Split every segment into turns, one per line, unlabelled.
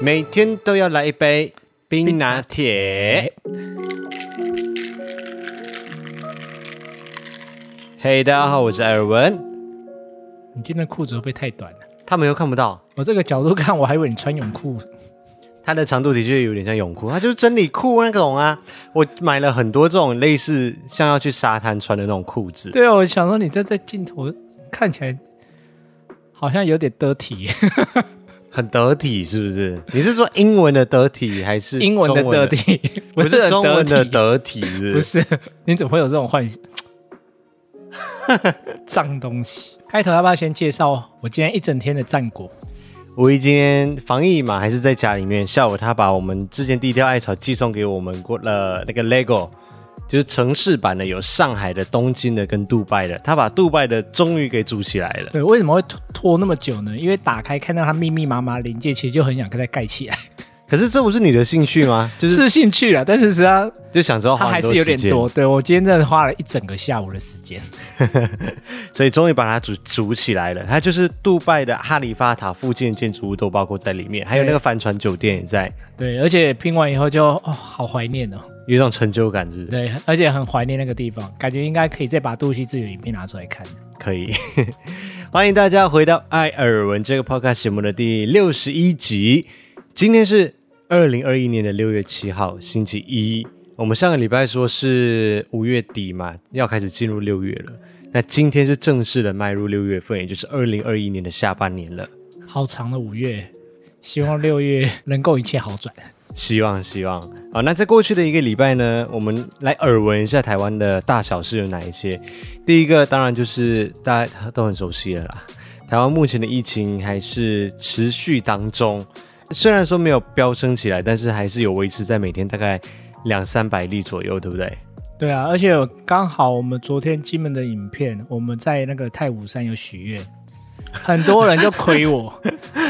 每天都要来一杯冰拿铁。嘿、大家好，我是艾尔文。
你今天的裤子会不会太短了、啊
他们又看不到，
我这个角度看，我还以为你穿泳裤。
它的长度的确有点像泳裤，它就是真理裤那种啊。我买了很多这种类似像要去沙滩穿的那种裤子，
对啊，我想说你这在镜头看起来好像有点得 体，
很得体，是不是？你是说英文的得体还是
英文的
中
得？体，
不
是
是中文
很
的
得体，
得体，是不是
不是。你怎么会有这种 幻想？脏东西！开头要不要先介绍我今天一整天的战果？
五一今天防疫嘛，还是在家里面。下午他把我们之前低调艾草寄送给我们过了那个 LEGO，就是城市版的，有上海的、东京的跟杜拜的。他把杜拜的终于给组起来了。
对，为什么会拖拖那么久呢？因为打开看到它密密麻麻的零件，其实就很想给它盖起来，
可是这不是你的兴趣 吗？就是
是兴趣了，但是实际上
就想着要
它
花
还
很多
是有
时
点
间，
多。对我今天真的花了一整个下午的时间。
所以终于把它组组起来了。它就是杜拜的哈利法塔附近的建筑物都包括在里面，还有那个帆船酒店也在，
对，而且拼完以后就哦，好怀念哦。
有一种成就感，是不是？
对，而且很怀念那个地方，感觉应该可以再把杜西自由影片拿出来看。
可以， 欢迎大家回到《艾尔文》这个 podcast 节目的第六十一集。今天是二零二一年的六月七号，星期一。我们上个礼拜说是五月底嘛，要开始进入六月了。那今天是正式的迈入六月份，也就是二零二一年的下半年了。
好长的五月，希望六月能够一切好转。
希望希望好，那在过去的一个礼拜呢，我们来耳闻一下台湾的大小事有哪一些。第一个当然就是大家都很熟悉了啦，台湾目前的疫情还是持续当中，虽然说没有飙升起来，但是还是有维持在每天大概两三百例左右，对不对？
对啊，而且我刚好我们昨天金门的影片，我们在那个太武山有许愿，很多人就亏 我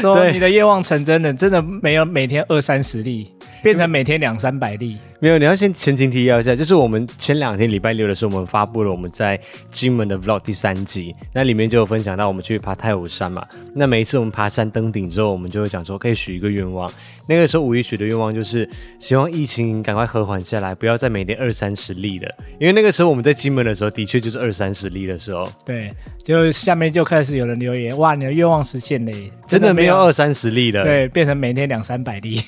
说
对
你的愿望成真了，真的没有每天二三十例，变成每天两三百例。
没有，你要先前情提要一下，就是我们前两天礼拜六的时候，我们发布了我们在金门的 vlog 第三集，那里面就有分享到我们去爬太武山嘛。那每一次我们爬山登顶之后，我们就会讲说可以许一个愿望。那个时候五一许的愿望就是希望疫情赶快和缓下来，不要再每天二三十例了。因为那个时候我们在金门的时候，的确就是二三十例的时候，
对，就下面就开始有人留言，哇，你的愿望实现嘞，
真的没有二三十例了。
对，变成每天两三百例。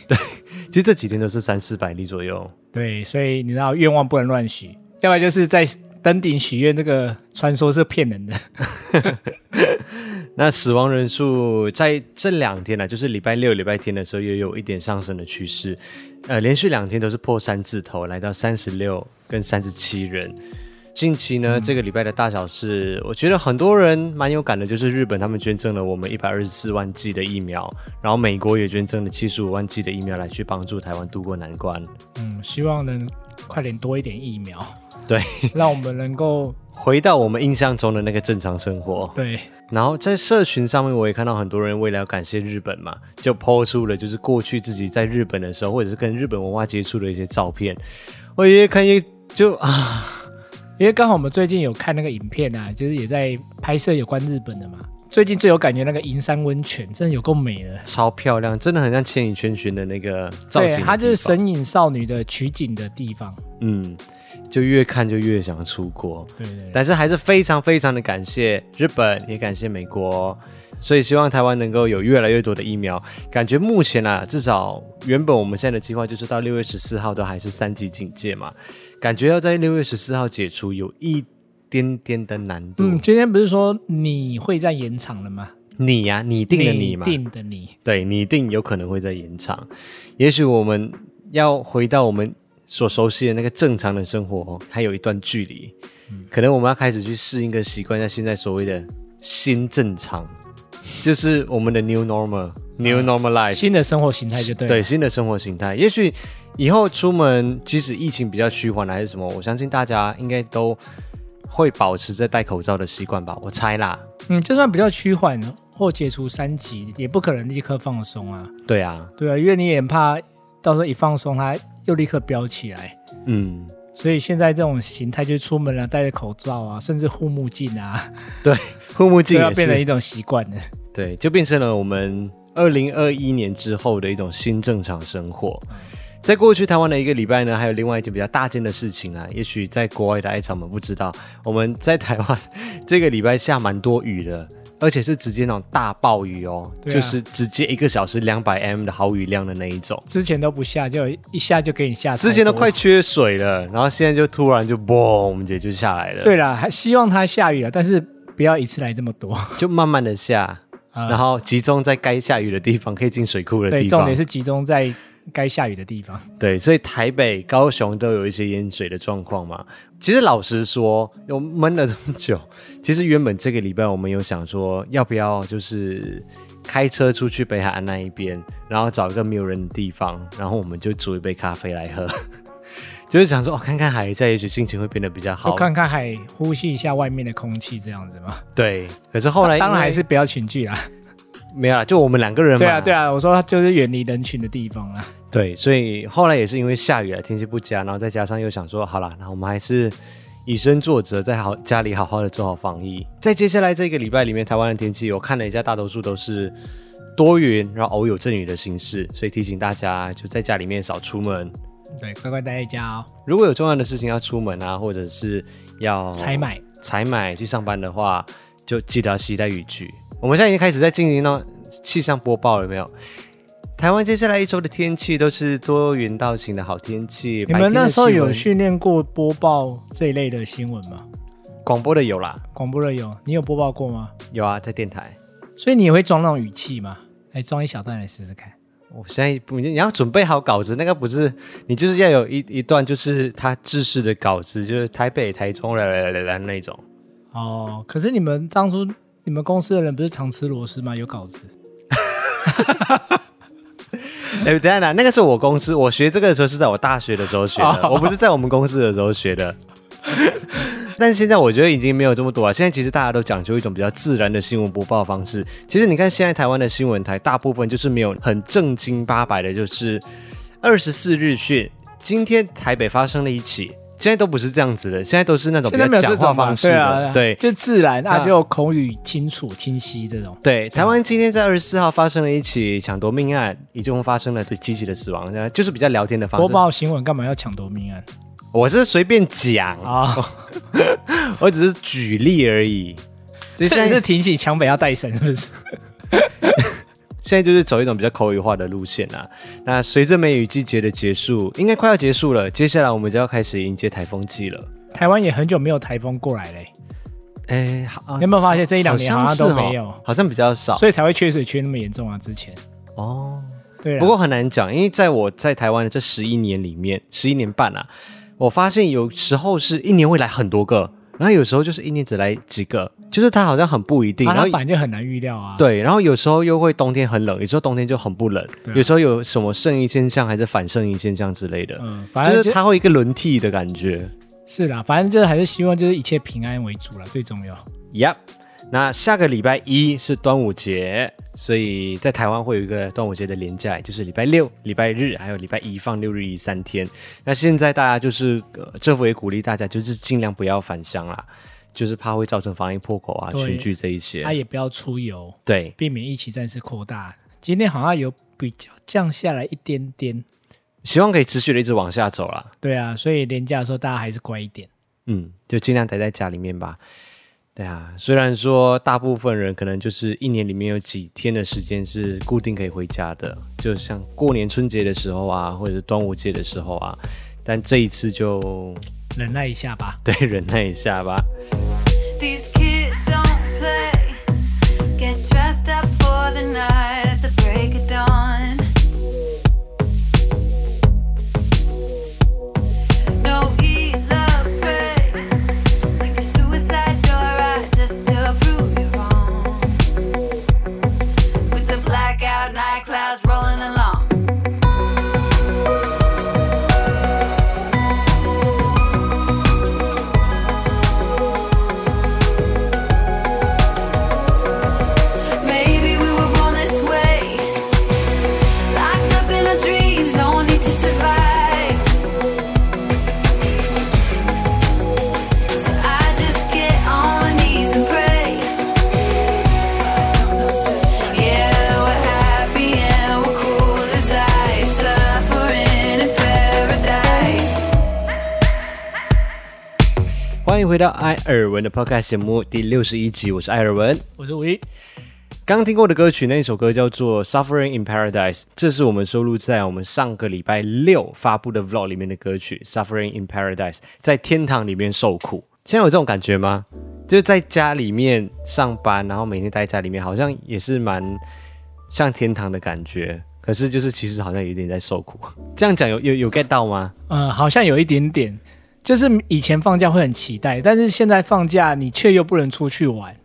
其实这几天都是三四百例左右。
对，所以你知道愿望不能乱许，要不然就是在登顶许愿这个传说是骗人的。
那死亡人数在这两天呢、就是礼拜六、礼拜天的时候，也有一点上升的趋势。呃，连续两天都是破三字头，来到三十六跟三十七人。近期呢，这个礼拜的大小事，我觉得很多人蛮有感的，就是日本他们捐赠了我们一百二十四万剂的疫苗，然后美国也捐赠了七十五万剂的疫苗来去帮助台湾渡过难关。
嗯，希望能快点多一点疫苗，
对，
让我们能够
回到我们印象中的那个正常生活。
对
然后在社群上面，我也看到很多人为了要感谢日本嘛，就抛出了就是过去自己在日本的时候，或者是跟日本文化接触的一些照片。我越看越就啊，
因为刚好我们最近有看那个影片啊，就是也在拍摄有关日本的嘛。最近最有感觉那个银山温泉，真的有够美了。
超漂亮，真的很像《千与千寻》的那个造
对
型。，
它就是《神隐少女》的取景的地方。
嗯，就越看就越想出国。
对对对，
但是还是非常非常的感谢日本，也感谢美国，所以希望台湾能够有越来越多的疫苗。感觉目前啊，至少原本我们现在的计划就是到六月十四号都还是三级警戒嘛，感觉要在六月十四号解除有一点点的难度。
嗯，今天不是说你会在延长了吗？
你呀、你定了你嘛，
定的你。
对，拟定有可能会再延长。也许我们要回到我们所熟悉的那个正常的生活，还有一段距离。
嗯
可能我们要开始去适应跟习惯一下现在所谓的新正常，就是我们的 new normal、new normal life。
啊新的生活形态就对了。
新的生活形态。也许以后出门，即使疫情比较趋缓了还是什么，我相信大家应该都会保持着戴口罩的习惯吧。我猜啦，
嗯，就算比较趋缓或解除三级，也不可能立刻放松啊。
对啊，
对啊，因为你也怕到时候一放松，它又立刻飙起来。
嗯，
所以现在这种形态，就是出门了、戴着口罩啊，甚至护目镜啊，
护目镜
都要
也
变成
是，
一种习惯了。
对，就变成了我们二零二一年之后的一种新正常生活。在过去台湾的一个礼拜呢，还有另外一件比较大件的事情啊，也许在国外的爱场们不知道，我们在台湾这个礼拜下蛮多雨的，而且是直接那种大暴雨哦，
对啊
就是直接一个小时两百 m 的好雨量的那一种。
之前都不下，就一下就给你下超多。
之前都快缺水了，然后现在就突然就嘣，姐就下来了，，
对啦，还希望它下雨啊，但是不要一次来这么 多。
就慢慢的下，
啊
然后集中在该下雨的地方，可以进水库的
对，
地
重
方。
点是集中在该下雨的地方。
对，所以台北、高雄都有一些淹水的状况嘛。其实老实说，我闷了这么久，其实原本这个礼拜我们有想说，要不要就是开车出去北海岸那一边，然后找一个没有人的地方，然后我们就煮一杯咖啡来喝， 就是想说哦，看看海在，也许心情会变得比较好
我。看看海，呼吸一下外面的空气，这样子嘛。
对，可是后来
当然还
因为
是不要群聚啦。
没有啦，就我们两个人嘛。
对啊，对啊，我说就是远离人群的地方啊啦。
对，所以后来也是因为下雨啊，天气不佳，然后再加上又想说，好啦，那我们还是以身作则，在好家里好好的做好防疫。在接下来这个礼拜里面，台湾的天气我看了一下，大多数都是多云，然后偶有阵雨的形式，所以提醒大家就在家里面少出门。
对，乖乖待在家哦，
如果有重要的事情要出门啊，或者是要
采买。
采买去上班的话，就记得要携带雨具。我们现在已经开始在进行到气象播报了，有没有？台湾接下来一周的天气都是多云到晴的好天气。
你
白
们
天的
那时候
气温
有训练过播报这一类的新闻吗？
广播的有啦，
广播的有，你有播报过吗？
有啊，在电台。
所以你也会装那种语气吗？来装一小段来试试看。
我现在不，你要准备好稿子，那个不是你就是要有一一段就是他制式的稿子，就是台北、台中来来来来那种。
哦，可是你们当初你们公司的人不是常吃螺丝吗？有稿子，
哎，等一下等一下，那个是我公司，我学这个的时候是在我大学的时候学
哦
的，我不是在我们公司的时候学的。 但是现在我觉得已经没有这么多了。现在其实大家都讲究一种比较自然的新闻播报方式。其实你看，现在台湾的新闻台大部分就是没有很正经八百的，就是二十四日讯，今天台北发生了一起，现在都不是这样子的，现在都是那种比
现
较
在没有
讲
这
话
种嘛
方式
对啊，
的，对。
就自然啊，
那
就口语清楚清晰这种。
对，台湾今天在二十四号发生了一起抢夺命案，一共发生了对机器的死亡，就是比较聊天的方
播
式。
报新闻干嘛要抢夺命案
我是随便讲，
啊？
我只是举例而已。所以现
现在
在
是提醒强北要带伞，是不是？
现在就是走一种比较口语化的路线啦。那随着梅雨季节的结束，应该快要结束了，接下来我们就要开始迎接台风季了。
台湾也很久没有台风过来嘞、
哎，好，啊
你有没有发现这一两年好像
是
都
哦
没有，
好像比较少
所以才会缺水缺那么严重啊？之前
哦。
对啊，
不过很难讲，因为在我在台湾的这十一年里面，十一年半啊，我发现有时候是一年会来很多个，然后有时候就是一年只来几个，就是它好像很不一定。
啊
然
它
后
本来就很难预料啊。
对，然后有时候又会冬天很冷，有时候冬天就很不冷，
对啊
有时候有什么圣婴现象还是反圣婴现象之类的，
嗯，反正
就
就是
它会一个轮替的感觉。
是啦，反正就是还是希望就是一切平安为主啦，最重要。
Yep，那下个礼拜一是端午节，所以在台湾会有一个端午节的连假，就是礼拜六、礼拜日还有礼拜一放六日一三天。那现在大家就是、呃、政府也鼓励大家，就是尽量不要返乡啦，就是怕会造成防疫破口啊、
对
群聚这一些。
啊，也不要出游，
对，
避免疫情再次扩大。今天好像有比较降下来一点点，
希望可以持续的一直往下走啦。
对啊，所以年假的时候大家还是乖一点。
嗯，就尽量待在家里面吧。对啊，虽然说大部分人可能就是一年里面有几天的时间是固定可以回家的，就像过年春节的时候啊，或者是端午节的时候啊，但这一次就
忍耐一下吧。
对忍耐一下吧。
These kids don't play. Get dressed up for the night at the break of dawn. No eat, love, pray. Like a suicide door right just to prove you wrong. With the blackout night clouds rolling along.
欢迎回到艾尔文的 Podcast 节目第六十一集，我是艾尔文。
我是五一，
刚听过的歌曲那一首歌叫做《Suffering in Paradise》，这是我们收录在我们上个礼拜六发布的 Vlog 里面的歌曲《Suffering in Paradise》，在天堂里面受苦。现在有这种感觉吗？就是在家里面上班，然后每天待在家里面，好像也是蛮像天堂的感觉。可是就是其实好像有一点在受苦。这样讲有有有 get 到吗？
嗯，好像有一点点，就是以前放假会很期待，但是现在放假你却又不能出去玩，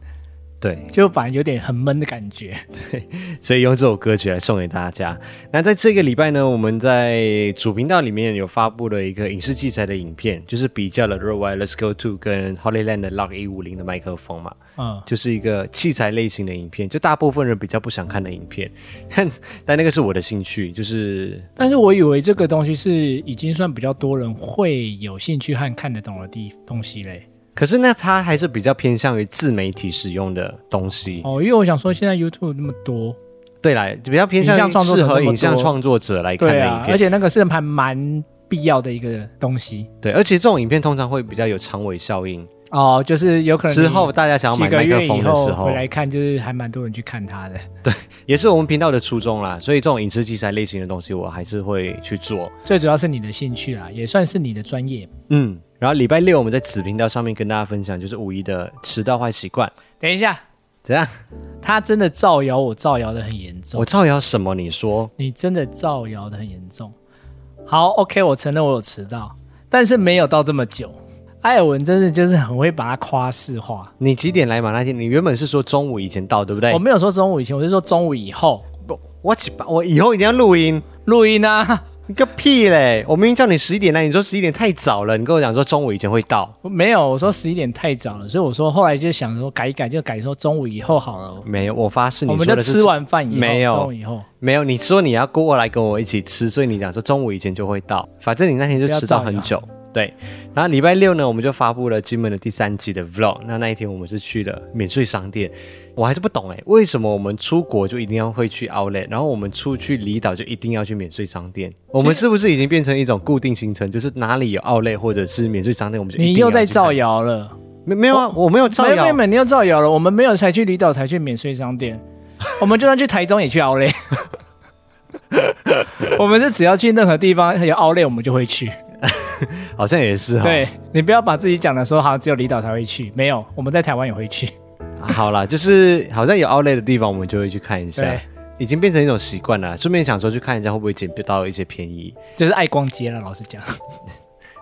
对，
就反而有点很闷的感觉。
所以用这首歌曲来送给大家。那在这个礼拜呢，我们在主频道里面有发布了一个影视器材的影片，就是比较了 Rode Wireless Go Two 跟 Holyland 的 Log 一五零的麦克风嘛，
嗯，
就是一个器材类型的影片，就大部分人比较不想看的影片， 但但那个是我的兴趣，就是
但是我以为这个东西是已经算比较多人会有兴趣和看得懂的地东西嘞。
可是那它还是比较偏向于自媒体使用的东西。
哦，因为我想说现在 YouTube 那么多，
对啦，比较偏向
影像
于
创作者
适合
那么
影像
多
创作者来看的
对
影片，
啊，而且那个是还蛮必要的一个东西。
对，而且这种影片通常会比较有长尾效应。
哦，就是有可能
之后大家想要
几
买
个
麦克
月以
风的时
后
候
回，来看，就是还蛮多人去看它的。
也是我们频道的初衷啦。所以这种影视器材类型的东西，我还是会去做。
最主要是你的兴趣啦，也算是你的专业。
嗯，然后礼拜六我们在子频道上面跟大家分享，就是五一的迟到坏习惯。
等一下，
怎样？
他真的造谣我，造谣的很严重
我。造谣什么？你说？
你真的造谣的很严重。好，OK，我承认我有迟到，但是没有到这么久。艾尔文真的就是很会把它夸饰化。
你几点来嘛？那天你原本是说中午以前到，对不对
我？没有说中午以前，我是说中午以后
不我几把我以后一定要录音。
录音啊。
你个屁嘞！我明明叫你十一点来，你说十一点太早了。你跟我讲说中午以前会到，
我没有，我说十一点太早了，所以我说后来就想说改一改，就改说中午以后好了。
没有，我发誓你
我
说
们
的
就是吃完饭以后，
没有
中午以后，
没有，你说你要过来跟我一起吃，所以你讲说中午以前就会到，反正你那天就迟到很久。对，然后礼拜六呢，我们就发布了金门的第三季的 vlog。那那一天我们是去了免税商店，我还是不懂哎，为什么我们出国就一定要会去 outlet，然后我们出去离岛就一定要去免税商店？我们是不是已经变成一种固定行程？就是哪里有 outlet 或者是免税商店，我们就一定
你又在
要去
造
看？
谣了。
没没有啊，我没有造
没有
谣
没，有，你又造谣了。我们没有才去离岛，才去免税商 店，我们就算去台中也去奥莱。 我们是只要去任何地方有奥莱，我们就会去。
好像也是哈。哦
对你不要把自己讲的说好像只有离岛才会去，没有，我们在台湾也会去。
好啦，就是好像有 outlet 的地方，我们就会去看一下
对，
已经变成一种习惯了。顺便想说去看一下会不会捡到一些便宜。
就是爱逛街了，老实讲。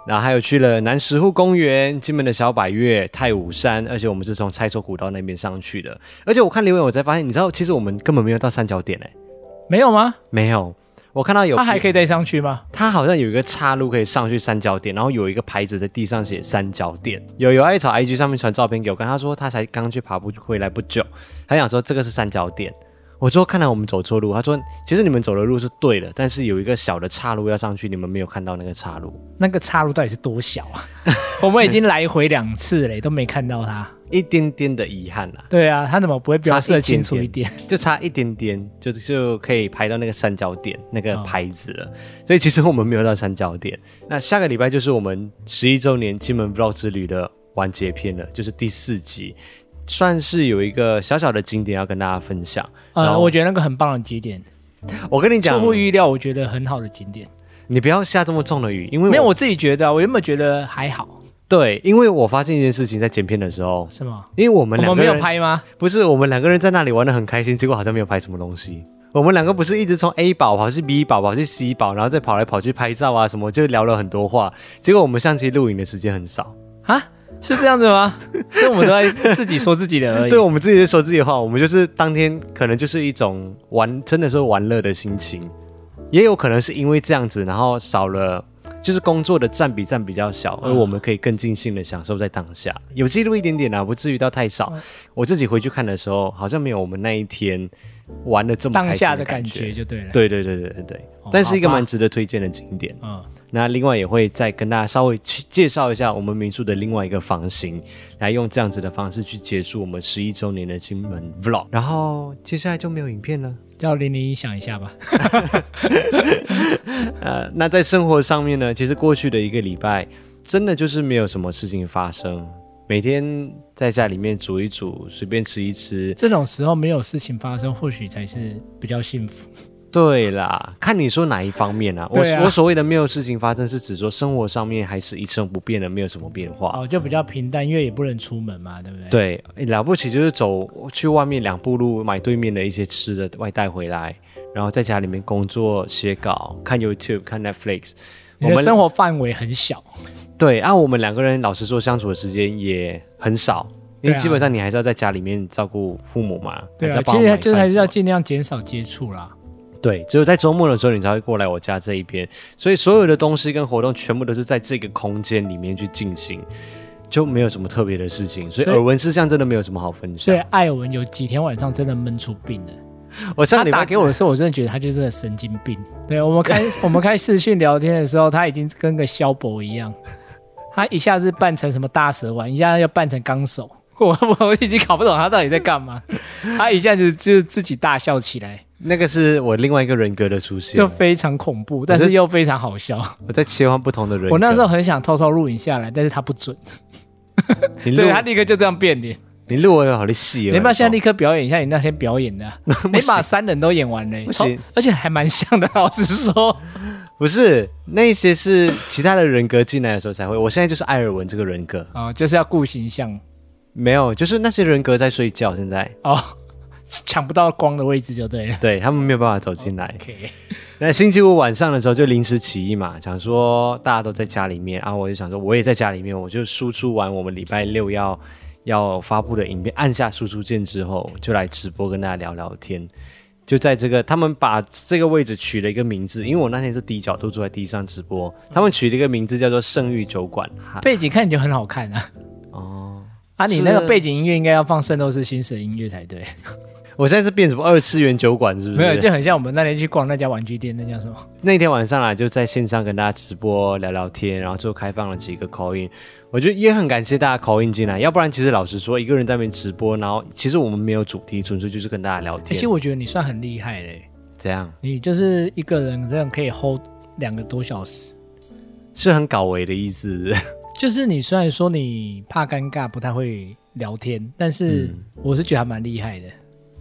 然后还有去了南石户公园、金门的小百越、太武山，而且我们是从蔡厝古道那边上去的。而且我看留言，我才发现，你知道，其实我们根本没有到三角点哎、
没有吗？啊
没有。我看到有，
它还可以再上去吗？
它好像有一个岔路可以上去三角点，然后有一个牌子在地上写三角点。有有艾草 IG 上面传照片给我看，他说他才刚去爬步回来不久，他想说这个是三角点。我说看来我们走错路，他说其实你们走的路是对的，但是有一个小的岔路要上去，你们没有看到那个岔路，
那个岔路到底是多小 啊？我们已经来回两次嘞，都没看到它。
一点点的遗憾啦、
对啊，它怎么不会标
差
示
一
的
点
清楚一点？
就差一点点就就可以拍到那个三角点那
哦
个牌子了。所以其实我们没有到三角点。那下个礼拜就是我们十一周年金门 Vlog 之旅的完结篇了，就是第四集，算是有一个小小的经典要跟大家分享。然
呃，
后
我觉得那个很棒的节点，
我跟你
出
讲，
乎预料，我觉得很好的景点。
你不要下这么重的雨，因为
没有，我自己觉得啊，我原本觉得还好，
对，因为我发现一件事情，在剪片的时候，
是吗？
因为我们
我
两个
们没有
人
拍吗？
不是，我们两个人在那里玩的很开心，结果好像没有拍什么东西。我们两个不是一直从 A 宝跑去 B 宝，跑去 C 宝，然后再跑来跑去拍照啊什么，就聊了很多话。结果我们上期录影的时间很少，
啊，是这样子 吗？所以我们都在自己说自己的而已。
对我们自己在说自己的话，我们就是当天可能就是一种玩，真的是玩乐的心情，也有可能是因为这样子，然后少了。就是工作的占比占比较小，
嗯
而我们可以更尽兴的享受在当下，有记录一点点啊，不至于到太少。我自己回去看的时候，好像没有我们那一天玩的这么
当
开心
下的
的
感
觉
觉。就对了。，
对对对对对对
哦，
但是一个
好吧
蛮值得推荐的景点。
嗯，
那另外也会再跟大家稍微去介绍一下我们民宿的另外一个房型，来用这样子的方式去结束我们十一周年的金门 vlog。然后接下来就没有影片了。
叫零零一想一下吧。
呃，那在生活上面呢，其实过去的一个礼拜，真的就是没有什么事情发生，每天在家里面煮一煮，随便吃一吃。
这种时候没有事情发生，或许才是比较幸福。
对啦，看你说哪一方面啊？我
对啊
我所谓的没有事情发生，是指说生活上面还是一成不变的，没有什么变化。
哦，就比较平淡，因为也不能出门嘛，对不对？，
对，了不起就是走去外面两步路买对面的一些吃的外带回来，然后在家里面工作、写稿、看 YouTube、看 Netflix。
你
我
的
们
生活范围很小，
对，啊，我们两个人老实说相处的时间也很少，因
对
为
啊
基本上你还是要在家里面照顾父母嘛，
对
还是
啊
要，帮
其
我买
实就是
饭
还是
什
要
么
尽量减少接触啦。
对，只有在周末的时候你才会过来我家这一边，所以所有的东西跟活动全部都是在这个空间里面去进行，就没有什么特别的事情，所以
所以
耳闻事项真的没有什么好分
所以
享。
艾文有几天晚上真的闷出病了。
我上
啊他
礼
打
拜
给我的时候，我真的觉得他就是个神经病。对我 们开我们开视讯聊天的时候，他已经跟个萧伯一样，他一下子扮成什么大蛇丸，一下子又扮成纲手，我 我已经搞不懂他到底在干嘛。他一下子就自己大笑起来，
那个是我另外一个人格的出现
就，非常恐怖，但
是
是又非常好笑。
我在切换不同的人格。
我那时候很想偷偷录影下来，但是他不准，
你录
对他立刻就这样变脸。
你录我有好的戏哦，
你要不要现在立刻表演一下你那天表演的啊、你把三人都演完了、
不行
超而且还蛮像的。老实说，
不是那些是其他的人格进来的时候才会，我现在就是艾尔文这个人格，
啊、就是要顾形象。
没有，就是那些人格在睡觉，现在
哦， 抢不到光的位置就对了。
对他们没有办法走进来。
OK，
那星期五晚上的时候就临时起意嘛，想说大家都在家里面，然、后我就想说我也在家里面，我就输出完我们礼拜六要要发布的影片，按下输出键之后，就来直播跟大家聊聊天。就在这个，他们把这个位置取了一个名字，因为我那天是低角度坐在地上直播，他们取了一个名字叫做“圣域酒馆”哈。
背景看起来就很好看啊。
哦，
啊，你
是
那个背景音乐应该要放《圣斗士星矢》的音乐才对，
我现在是变什么二次元酒馆是不是？
没有就很像我们那天去逛那家玩具店，那叫什么？
那天晚上啦，就在线上跟大家直播聊聊天，然后最后开放了几个 call in，我觉得也很感谢大家 call in 进来，要不然其实老实说，一个人在那边直播，然后其实我们没有主题，纯粹就是跟大家聊
哎其
天
实。我觉得你算很厉害嘞，
怎样？
你就是一个人这样可以 hold 两个多小时。
是很搞维的意思是不是？
就是你虽然说你怕尴尬，不太会聊天，但是
嗯
我是觉得还蛮厉害的。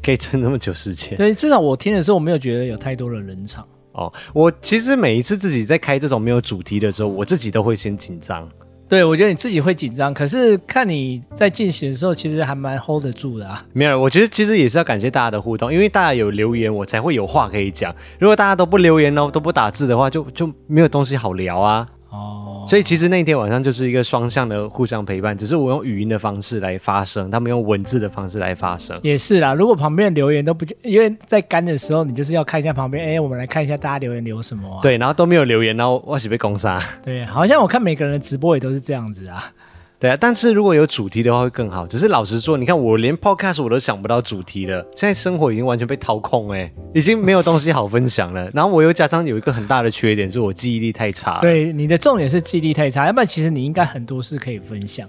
可以撑那么久时间
对，至少我听的时候，我没有觉得有太多的冷场。
哦。我其实每一次自己在开这种没有主题的时候，我自己都会先紧张。
对，我觉得你自己会紧张，可是看你在进行的时候，其实还蛮 hold 得住的啊。
没有，我觉得其实也是要感谢大家的互动，因为大家有留言，我才会有话可以讲。如果大家都不留言哦，都不打字的话，就就没有东西好聊啊。
哦，
所以其实那一天晚上就是一个双向的互相陪伴，只是我用语音的方式来发声，他们用文字的方式来发声。
也是啦，如果旁边的留言都不，因为在干的时候，你就是要看一下旁边，哎、我们来看一下大家留言留什么、啊。
对，然后都没有留言，然后我是被攻杀。
对，好像我看每个人的直播也都是这样子啊。
对啊，但是如果有主题的话会更好。只是老实说，你看我连 podcast 我都想不到主题了，现在生活已经完全被掏空、欸，已经没有东西好分享了。然后我又加上有一个很大的缺点，是我记忆力太差了。
对，你的重点是记忆力太差，要不然其实你应该很多事可以分享，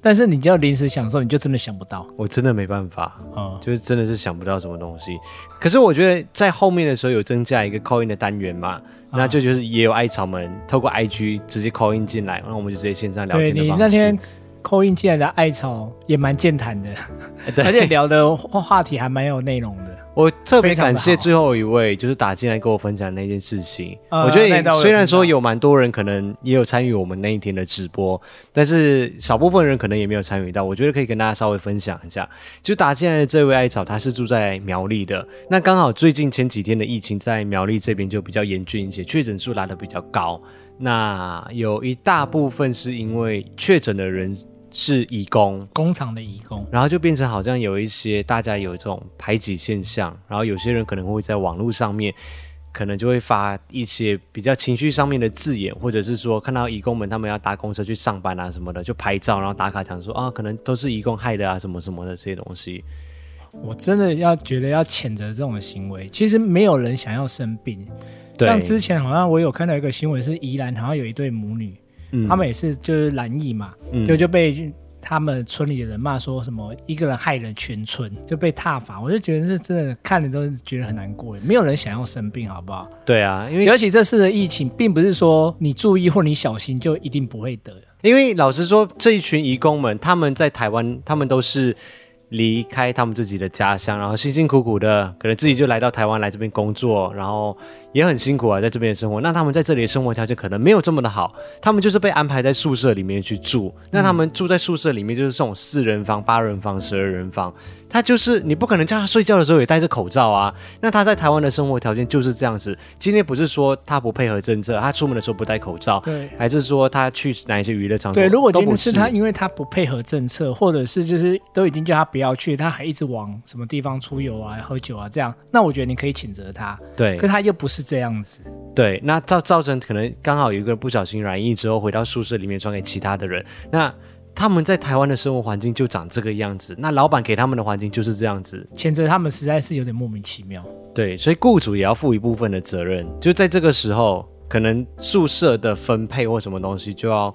但是你就要临时想的时候，你就真的想不到。
我真的没办法。
哦、
就是真的是想不到什么东西。可是我觉得在后面的时候有增加一个 call in 的单元
啊
嘛，那就就是也有艾草们透过 IG 直接 call in 进来，然后我们就直接线上聊
对
天的
你
方式。
那天扣印进来的艾草也蛮健谈的，
对
而且聊的话话题还蛮有内容的。
我特别感
非常的
谢
好
最后一位，就是打进来跟我分享那件事情。
呃
我觉得
那一
也
道我有
虽然说
听到
有蛮多人可能也有参与我们那一天的直播，但是少部分人可能也没有参与到。我觉得可以跟大家稍微分享一下，就打进来的这位艾草，他是住在苗栗的。那刚好最近前几天的疫情在苗栗这边就比较严峻一些，确诊数拉得比较高。那有一大部分是因为确诊的人是义工，
工厂的义工，
然后就变成好像有一些大家有一种排挤现象，然后有些人可能会在网络上面，可能就会发一些比较情绪上面的字眼，或者是说看到义工们他们要搭公车去上班啊什么的，就拍照然后打卡讲说啊，可能都是义工害的啊什么什么的这些东西。
我真的要觉得要谴责这种行为。其实没有人想要生病，
对，
像之前好像我有看到一个新闻是宜兰，好像有一对母女，
嗯
他们也是就是染疫嘛，
嗯
就就被他们村里的人骂说什么一个人害人全村，就被踏伐，我就觉得是真的看了都觉得很难过，没有人想要生病，好不好？
对啊，因为
尤其这次的疫情，并不是说你注意或你小心就一定不会得。
因为老实说，这一群移工们，他们在台湾，他们都是离开他们自己的家乡，然后辛辛苦苦的，可能自己就来到台湾来这边工作，然后也很辛苦啊，在这边的生活。那他们在这里的生活条件可能没有这么的好，他们就是被安排在宿舍里面去住。那他们住在宿舍里面，就是这种四人房、八人房、十二人房，他就是你不可能叫他睡觉的时候也戴着口罩啊。那他在台湾的生活条件就是这样子。今天不是说他不配合政策，他出门的时候不戴口罩，
对
还是说他去哪一些娱乐场所？
对，如果
都
今
不
天是他，因为他不配合政策，或者是就是都已经叫他不要去，他还一直往什么地方出游啊、喝酒啊这样，那我觉得你可以谴责他。
对
可他又不是这样子，
对，那造造成可能刚好有一个人不小心染疫之后回到宿舍里面传给其他的人，那他们在台湾的生活环境就长这个样子，那老板给他们的环境就是这样子，
谴责他们实在是有点莫名其妙。
对，所以雇主也要负一部分的责任，就在这个时候，可能宿舍的分配或什么东西就要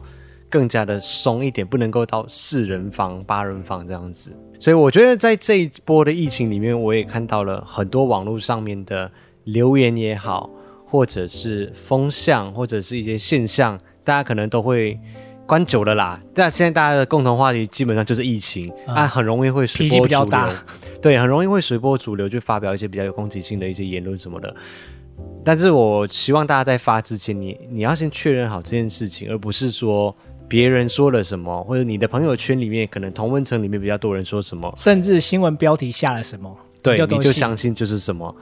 更加的松一点，不能够到四人房、八人房这样子。所以我觉得在这一波的疫情里面，我也看到了很多网络上面的留言也好，或者是风向，或者是一些现象，大家可能都会。关久了啦，但现在大家的共同话题基本上就是疫情，
嗯
啊，很容易会随
脾气
波
比较
逐
大
流。对，很容易会随波逐流，去发表一些比较有攻击性的一些言论什么的。但是我希望大家在发之前，你你要先确认好这件事情，而不是说别人说了什么，或者你的朋友圈里面可能同温层里面比较多人说什么，
甚至新闻标题下了什么，
对，
都
你就
信哦
相信就是什么。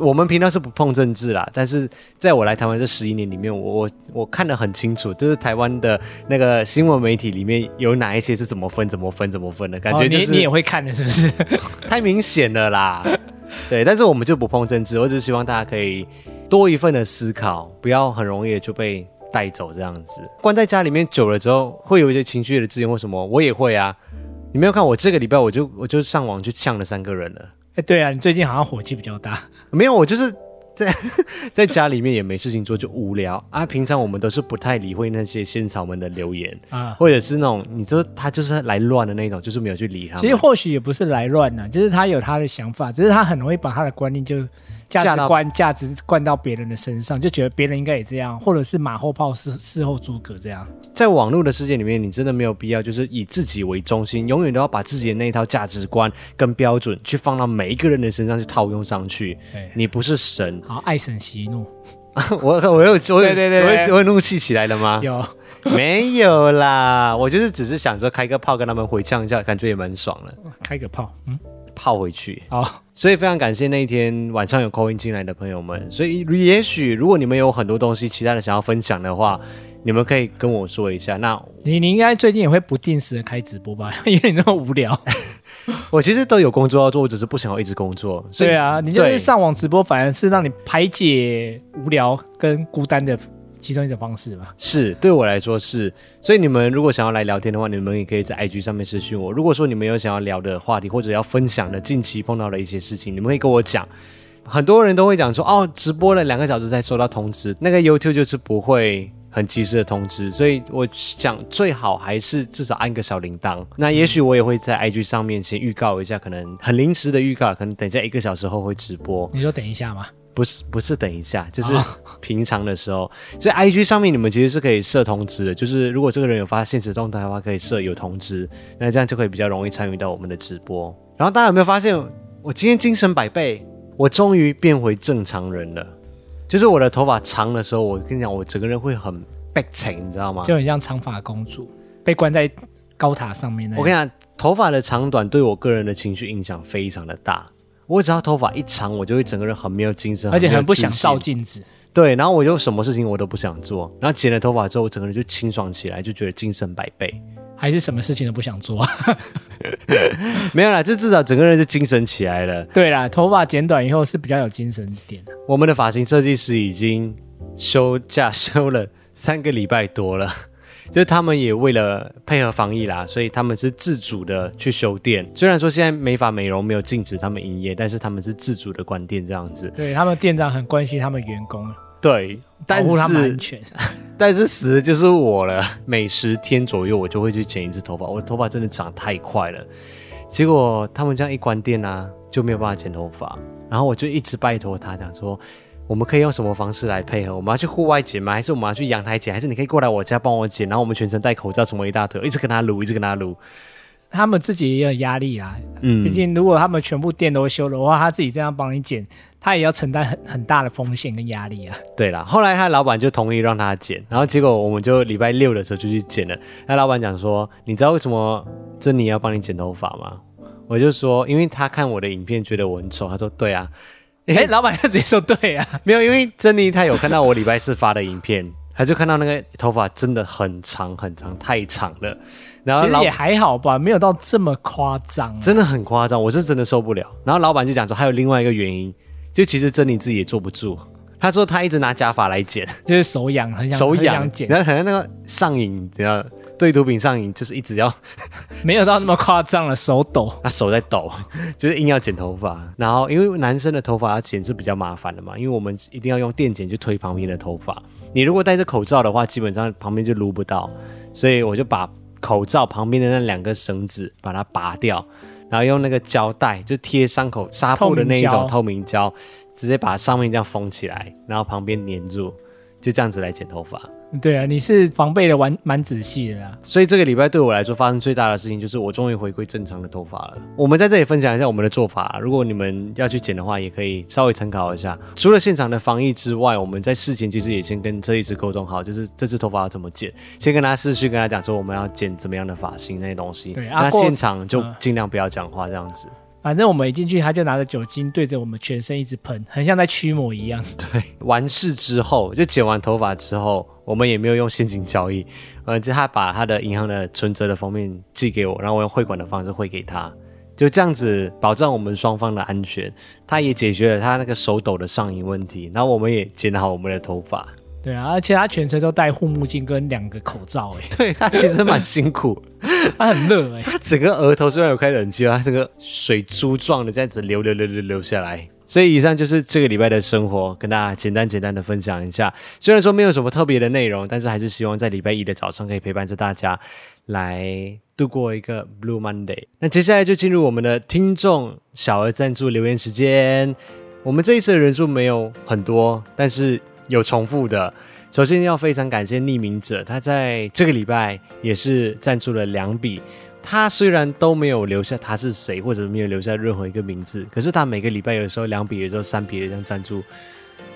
我们频道是不碰政治啦，但是在我来台湾这十一年里面，我我我看得很清楚，就是台湾的那个新闻媒体里面有哪一些是怎么分、怎么分、怎么分的感觉，就
哦、
是、
你你也会看的，是不是？
太明显了啦。对，但是我们就不碰政治，我只是希望大家可以多一份的思考，不要很容易就被带走这样子。关在家里面久了之后，会有一些情绪的自源或什么，我也会啊。你没有看我这个礼拜，我就我就上网去呛了三个人了。
哎，对啊，你最近好像火气比较大，
没有，我就是在 在家里面也没事情做，就无聊啊。平常我们都是不太理会那些仙草们的留言
啊
或者是那种你知道他就是来乱的那种，就是没有去理他们。
其实或许也不是来乱呢、就是他有他的想法，只是他很容易把他的观念就价
架
值
到
观、价值灌到别人的身上，就觉得别人应该也这样，或者是马后炮事事后诸葛这样。
在网络的世界里面，你真的没有必要就是以自己为中心，永远都要把自己的那一套价值观跟标准去放到每一个人的身上去套用上去
对。
你不是神，
好，爱神息怒
我我有我有
对对对对
我有我有怒气起来了吗？
有
没有啦，我就是只是想说开个炮跟他们回呛一下，感觉也蛮爽的，
开个炮，嗯，
炮回去。
好，
所以非常感谢那一天晚上有 call in 进来的朋友们。所以也许如果你们有很多东西其他的想要分享的话，你们可以跟我说一下。那
你你应该最近也会不定时的开直播吧， 因为你那么无 聊。
我其实都有工作要做，我只是不想要一直工作。所以
对啊，你就是
对
上网直播，反而是让你排解无聊跟孤单的其中一种方式吧。
是对我来说是。所以你们如果想要来聊天的话，你们也可以在 IG 上面私讯我。如果说你们有想要聊的话题，或者要分享的近期碰到的一些事情，你们可以跟我讲。很多人都会讲说，哦，直播了两个小时才收到通知，那个 YouTube 就是不会很及时的通
嗯
知，所以我想最好还是至少按个小铃铛。那也许我也会在 IG 上面先预告一下，可能很临时的预告，可能等一下一个小时后会直播。
你说等一下嘛，
不是不是等一下，就是
啊
平常的时候，所以 IG 上面你们其实是可以设通知的，就是如果这个人有发现实动态的话，可以设有通知，那这样就可以比较容易参与到我们的直播。然后大家有没有发现，我今天精神百倍，我终于变回正常人了。就是我的头发长的时候，我跟你讲，我整个人会很 b 情，你知道吗？
就很哎像长发公主被关在高塔上面那
我跟
样。
你讲，头发的长短对我个人的情绪影响非常的大。我只要头发一长，我就会整个人很没有精神，
而且
没有
很不想
自信
照镜子，
对，然后我就什么事情我都不想做，然后剪了头发之后，我整个人就清爽起来，就觉得精神百倍。
还是什么事情都不想做。
没有啦，就至少整个人就精神起来了。
对啦，头发剪短以后是比较有精神一点的。
我们的发型设计师已经休假 休了三个礼拜多了，就是他们也为了配合防疫啦，所以他们是自主的去修店。虽然说现在美发美容没有禁止他们营业，但是他们是自主的关店这样子。
对他们店长很关心他们员工，
对，
保
但
护他们安
是
全。
但是死就是我了。每十天左右，我就会去剪一次头发。我头发真的长太快了，结果他们这样一关店啊，就没有办法剪头发。然后我就一直拜托他，讲说我们可以用什么方式来配合？我们要去户外剪吗？还是我们要去阳台剪？还是你可以过来我家帮我剪？然后我们全程戴口罩，什么一大堆，我一直跟他撸，一直跟他撸。
他们自己也有压力啦，
嗯，
毕竟如果他们全部店都修的话，他自己这样帮你剪，他也要承担很很大的风险跟压力啊。
对啦，后来他老板就同意让他剪，然后结果我们就礼拜六的时候就去剪了。那老板讲说：“你知道为什么珍妮要帮你剪头发吗？”我就说：“因为他看我的影片觉得我很丑。”他说：“对啊，
哎、老板就直接说对啊，
没有，因为珍妮她有看到我礼拜四发的影片，她就看到那个头发真的很长很长，太长了。然后
其实
啊老
也还好吧，没有到这么夸张、啊。
真的很夸张，我是真的受不了。然后老板就讲说还有另外一个原因，就其实珍妮自己也坐不住。他说他一直拿假发来剪。”
就是手痒，很想
手
很
痒
想，剪，
然后好像那个上瘾，只要对毒品上瘾，就是一直要
没有到那么夸张了，手抖。
他手在抖， 就是硬要剪头发。然后因为男生的头发要剪是比较麻烦的嘛，因为我们一定要用电剪去推旁边的头发。你如果戴着口罩的话，基本上旁边就撸不到，所以我就把口罩旁边的那两根绳子把它拔掉，然后用那个胶带就贴伤口纱布的那一种透
透
明胶，直接把上面这样封起来，然后旁边粘住，就这样子来剪头发。
对啊，你是防备的蛮蛮仔细的啦。
所以这个礼拜对我来说发生最大的事情就是我终于回归正常的头发了。我们在这里分享一下我们的做法，如果你们要去剪的话，也可以稍微参考一下。除了现场的防疫之外，我们在事前其实也先跟这一只沟通好，就是这只头发要怎么剪，先跟他试去跟他讲说我们要剪怎么样的发型那些东西。
对啊
那
过
现场就
嗯
尽量不要讲话这样子。
反正我们一进去，他就拿着酒精对着我们全身一直喷，很像在驱魔一样。
完事之后，就剪完头发之后，我们也没有用现金交易，呃，就他把他的银行的存折的封面寄给我，然后我用汇款的方式汇给他，就这样子保障我们双方的安全。他也解决了他那个手抖的上瘾问题，然后我们也剪好我们的头发。
对啊，而且他全程都戴护目镜跟两个口罩、欸，
对他其实蛮辛苦，
他很热哎、欸。
他整个额头虽然有开冷气，他整个水珠状的这样子流流流流流下来。所以以上就是这个礼拜的生活，跟大家简单简单的分享一下。虽然说没有什么特别的内容，但是还是希望在礼拜一的早上可以陪伴着大家来度过一个 Blue Monday。那接下来就进入我们的听众小额赞助留言时间。我们这一次的人数没有很多，但是有重复的。首先要非常感谢匿名者，他在这个礼拜也是赞助了两笔。他虽然都没有留下他是谁，或者没有留下任何一个名字，可是他每个礼拜有时候两笔，有时候三笔的这样赞助，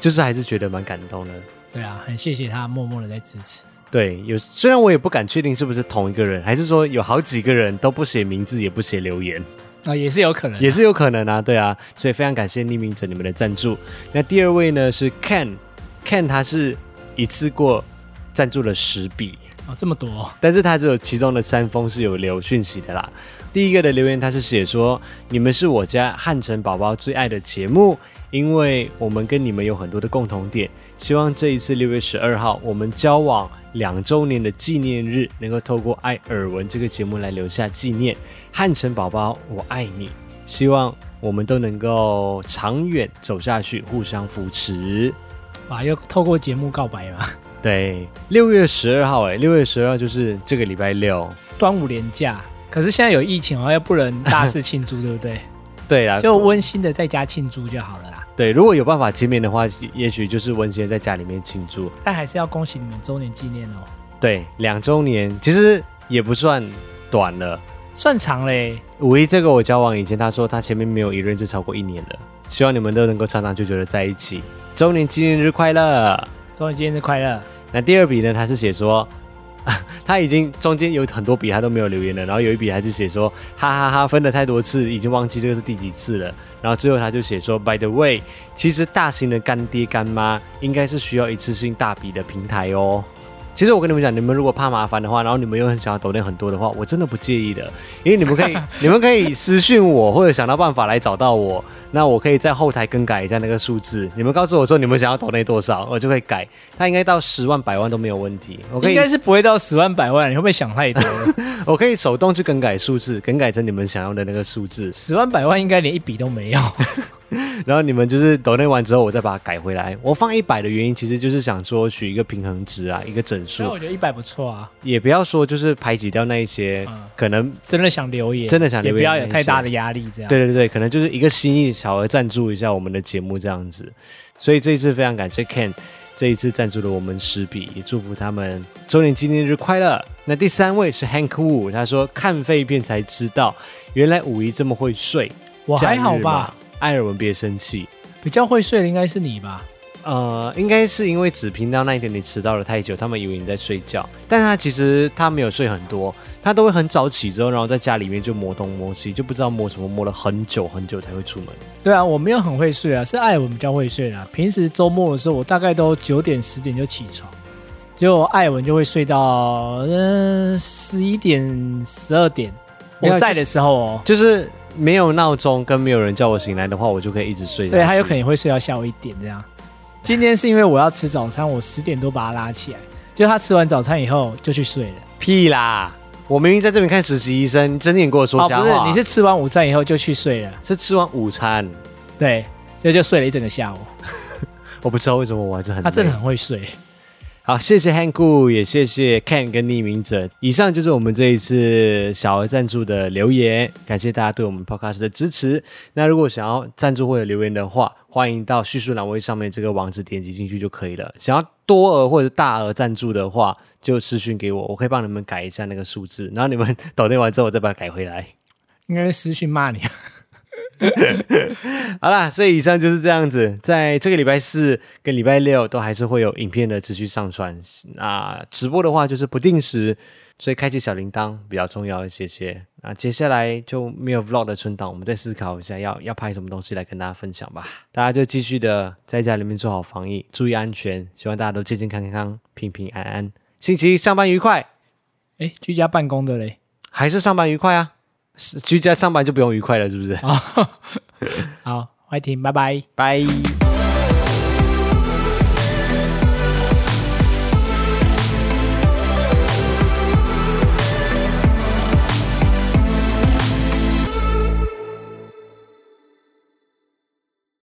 就是还是觉得蛮感动的。
对啊，很谢谢他默默的在支持。
对，有虽然我也不敢确定是不是同一个人，还是说有好几个人都不写名字，也不写留言，
啊，也是有可能啊、
也是有可能啊，对啊，所以非常感谢匿名者你们的赞助。那第二位呢是 Ken，Ken 他是一次过赞助了十笔，
哦，这么多哦、
但是他只有其中的三封是有留讯息的啦。第一个的留言他是写说：“你们是我家汉城宝宝最爱的节目，因为我们跟你们有很多的共同点。希望这一次六月十二号我们交往两周年的纪念日，能够透过《爱耳闻》这个节目来留下纪念。汉城宝宝，我爱你！希望我们都能够长远走下去，互相扶持。”
哇，又透过节目告白嘛，
对，六月十二号，哎，六月十二号就是这个礼拜六。
端午连假。可是现在有疫情，好像不能大肆庆祝，对不 对？
对啦，
就温馨的在家庆祝就好了啦。
对，如果有办法见面的话，也也许就是温馨地在家里面庆祝。
但还是要恭喜你们周年纪念哦，
对，两周年其实也不算短了。
算长嘞。
五一这个我交往以前，他说他前面没有一任是超过一年的，希望你们都能够长长久久的在一起。周年纪念日快乐！
周年纪念日快乐！
那第二笔呢，他是写说。他已经中间有很多笔他都没有留言了，然后有一笔他就写说哈哈哈分了太多次，已经忘记这个是第几次了。然后最后他就写说，By the way，其实大型的干爹干妈应该是需要一次性大笔的平台哦。其实我跟你们讲，你们如果怕麻烦的话，然后你们又很想要抖点很多的话，我真的不介意的，因为你们可 以你们可以私信我，或者想到办法来找到我，那我可以在后台更改一下那个数字。你们告诉我说你们想要抖内多少，我就会改。它应该到十万百万都没有问题，我可
应
以
该是不会到十万百万，你会不会想太 多了？
我可以手动去更改数字，更改成你们想要的那个数字。
十万百万应该连一笔都没有，
然后你们就是抖内完之后，我再把它改回来。我放一百的原因，其实就是想说取一个平衡值啊，一个整
所以
数，
我觉得一百不错啊，
也不要说就是排挤掉那一些、可能。
真的想留言，
真的想留言
也不要有
那一
太大
些
的压力，这样。
对对对，可能就是一个心意，小额赞助一下我们的节目这样子。所以这一次非常感谢 Ken，这一次赞助了我们十笔，也祝福他们周年纪念日快乐。那第三位是 Hank Wu，他说看废片才知道，原来五一这么会睡。
我还好
假日
吧
嘛，，艾尔文别生气。
比较会睡的应该是你吧。
呃，应该是因为只频道那一天你迟到了太久，他们以为你在睡觉，但他其实他没有睡很多，他都会很早起之后，然后在家里面就摸东摸西，就不知道摸什么，摸了很久很久才会出门。
对啊，我没有很会睡啊，是艾文比较会睡啦。平时周末的时候，我大概都九点十点就起床，结果艾文就会睡到嗯十一点十二点。
没有
我在的时候哦，
就是没有闹钟跟没有人叫我醒来的话，我就可以一直睡下去。
对他有可能也会睡到下午一点这样。今天是因为我要吃早餐，我十点多把他拉起来，就他吃完早餐以后就去睡了。
屁啦！我明明在这边看实习医生，你睁眼给我说
哦，
瞎
不
话。啊
是，你是吃完午餐以后就去睡了，
是吃完午餐，
对，就就睡了一整个下午。
我不知道为什么我还是很
他真的
累
很会睡。
好，谢谢 Hank，Wu，也谢谢 Ken 跟匿名者。以上就是我们这一次小额赞助的留言，感谢大家对我们 Podcast 的支持。那如果想要赞助或者留言的话，欢迎到叙述栏位上面这个网址点击进去就可以了。想要多额或者大额赞助的话，就私讯给我，我可以帮你们改一下那个数字，然后你们 抖内完之后我再把它改回来。
应该是私讯骂你，啊
好啦，所以以上就是这样子，在这个礼拜四跟礼拜六都还是会有影片的持续上传。那直播的话就是不定时，所以开启小铃铛比较重要一些些。那接下来就没有 vlog 的存档，我们再思考一下要要拍什么东西来跟大家分享吧。大家就继续的在家里面做好防疫，注意安全，希望大家都健健康康、平平安安，星期一上班愉快，
哎、居家办公的嘞。
还是上班愉快啊？是居家上班就不用愉快了，是不是？
好，欢迎，拜拜。
拜。